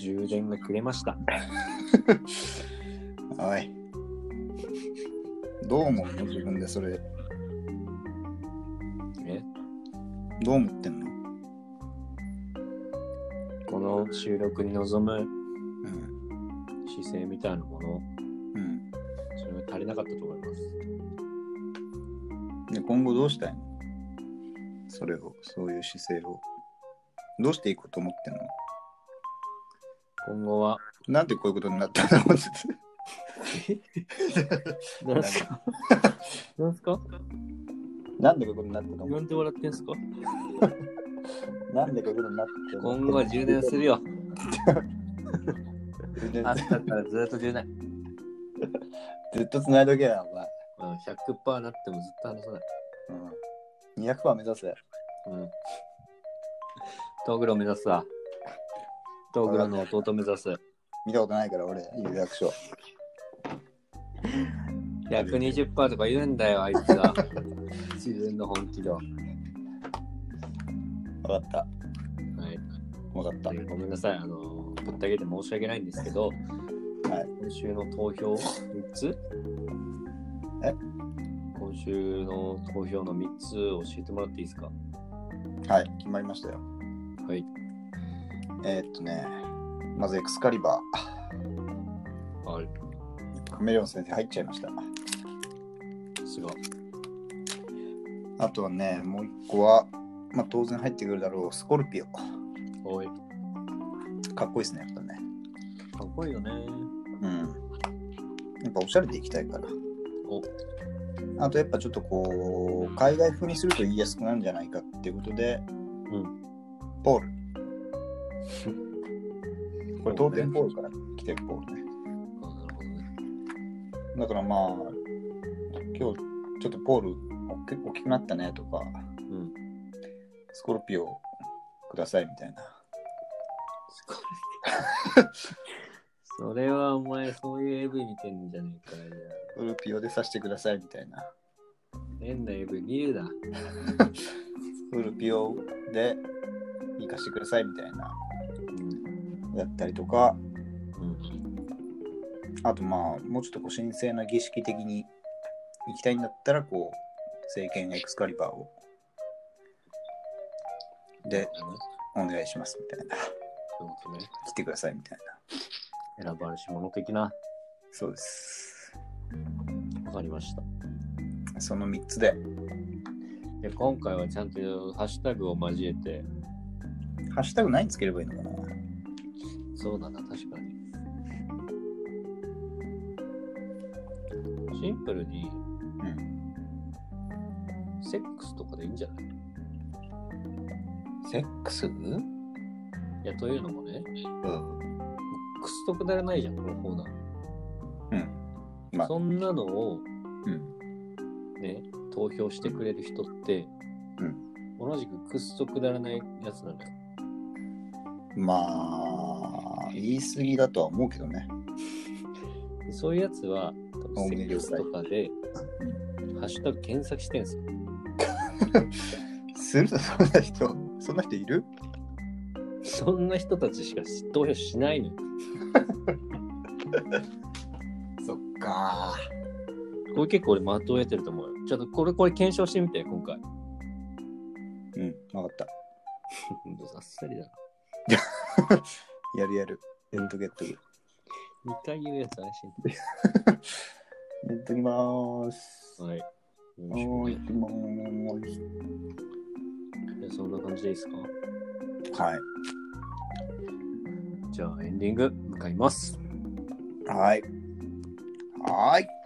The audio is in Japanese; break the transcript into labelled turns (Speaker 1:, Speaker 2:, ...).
Speaker 1: 順が切れました。
Speaker 2: はい。どう思うの自分でそれ。
Speaker 1: ね、
Speaker 2: どう思ってんの
Speaker 1: この収録に臨む
Speaker 2: うん。
Speaker 1: 姿勢みたいなもの、
Speaker 2: うん。
Speaker 1: それが足りなかったと思います。
Speaker 2: で、今後どうしたいのそれを、そういう姿勢を。どうしていこうと思ってんの
Speaker 1: 今後は、
Speaker 2: なんでこういうことになったんだろうって。
Speaker 1: 何すか何すか
Speaker 2: なんでこういうことになったと
Speaker 1: なんで笑ってんすか
Speaker 2: うなんでこういうことになったと思う
Speaker 1: 今後は充電するよ。
Speaker 2: 充 電
Speaker 1: 明日からずっと充電。
Speaker 2: ずっと繋いどけよ、お前。
Speaker 1: うん100%なってもずっと話さない。
Speaker 2: うん。200%目指せ。
Speaker 1: うん。トーグロ目指すわ。トーグロの弟目指す。
Speaker 2: 見たことないから、俺、有楽章。
Speaker 1: 120%とか言うんだよ、あいつは。 自分の本気度。は
Speaker 2: わかった。
Speaker 1: い。
Speaker 2: わかった。
Speaker 1: でごめんなさい、あの、ぶったけて申し訳ないんですけど、
Speaker 2: はい
Speaker 1: 今週の投票3つ
Speaker 2: え
Speaker 1: 今週の投票の3つ教えてもらっていいですか
Speaker 2: はい、決まりましたよ。
Speaker 1: はい。
Speaker 2: えーっとね、まずエクスカリバ
Speaker 1: はい。
Speaker 2: ー、カメレオン先生入っちゃいました。
Speaker 1: すごい。
Speaker 2: あとはね、もう一個は、まあ当然入ってくるだろう、スコルピオ。
Speaker 1: おい。か
Speaker 2: かっこいいですね、やっぱね。
Speaker 1: っこいいよね。
Speaker 2: うん。やっぱおしゃれでいきたいから。
Speaker 1: お、
Speaker 2: あとやっぱちょっとこう、海外風にすると言いやすくなるんじゃないかっていうことで、
Speaker 1: ん
Speaker 2: ポー ル。これ当然
Speaker 1: な
Speaker 2: ポールから来てるポールね。
Speaker 1: るほどね。
Speaker 2: だからまあ、今日ちょっとポール大きくなったねとか、
Speaker 1: うん。
Speaker 2: スコルピオくださいみたいな。
Speaker 1: すごい。それはお前、そういう AV 見てんじゃねえかよ。
Speaker 2: スコルピオでさしてくださいみたいな。
Speaker 1: 変な AV 見るな。
Speaker 2: スコルピオで生かしてくださいみたいな。
Speaker 1: うん。
Speaker 2: やったりとか、
Speaker 1: うん。
Speaker 2: あとまあ、もうちょっとこう神聖な儀式的に行きたいんだったら、こう、聖剣エクスカリバーを。で、お願いしますみたいな。
Speaker 1: そういうことね。
Speaker 2: 来てくださいみたいな。
Speaker 1: 選ばれし者的な。
Speaker 2: そうです。
Speaker 1: わかりました。
Speaker 2: その3つで、
Speaker 1: で今回はちゃんとハッシュタグを交えて、
Speaker 2: ハッシュタグ何つければいいのかな
Speaker 1: そうだな、確かに。シンプルに
Speaker 2: うん。
Speaker 1: セックスとかでいいんじゃない
Speaker 2: セックスうん。
Speaker 1: いや、というのもね、くすとくだらないじゃん、このコーナー。
Speaker 2: まあ
Speaker 1: そんなのを
Speaker 2: うん。
Speaker 1: ね、投票してくれる人って、
Speaker 2: うん
Speaker 1: 同じくくっそくだらないやつなんだよ。
Speaker 2: まあ、言い過ぎだとは思うけどね。
Speaker 1: でそういうやつは、多分
Speaker 2: お
Speaker 1: セ
Speaker 2: めで
Speaker 1: ッ
Speaker 2: とう
Speaker 1: クスとかで、ハッシュタグ検索してんすよ。
Speaker 2: する とそんな人、そんな人いる
Speaker 1: そんな人たちしか投票しないのよ。
Speaker 2: そっか
Speaker 1: これ結構俺的を得てると思うよ。ちょっとこれ、これ検証してみて、今回。
Speaker 2: うん、わかった。
Speaker 1: あっさりだな。
Speaker 2: やるやる。やっとけやっとけ。
Speaker 1: 2回言うやつ安
Speaker 2: やっときまーす。
Speaker 1: 心。はい。よろしくね
Speaker 2: はい、行きまーす。
Speaker 1: じゃあそんな感じでいいですか
Speaker 2: はい。
Speaker 1: じゃあエンディング向かいます。
Speaker 2: はい。はーい。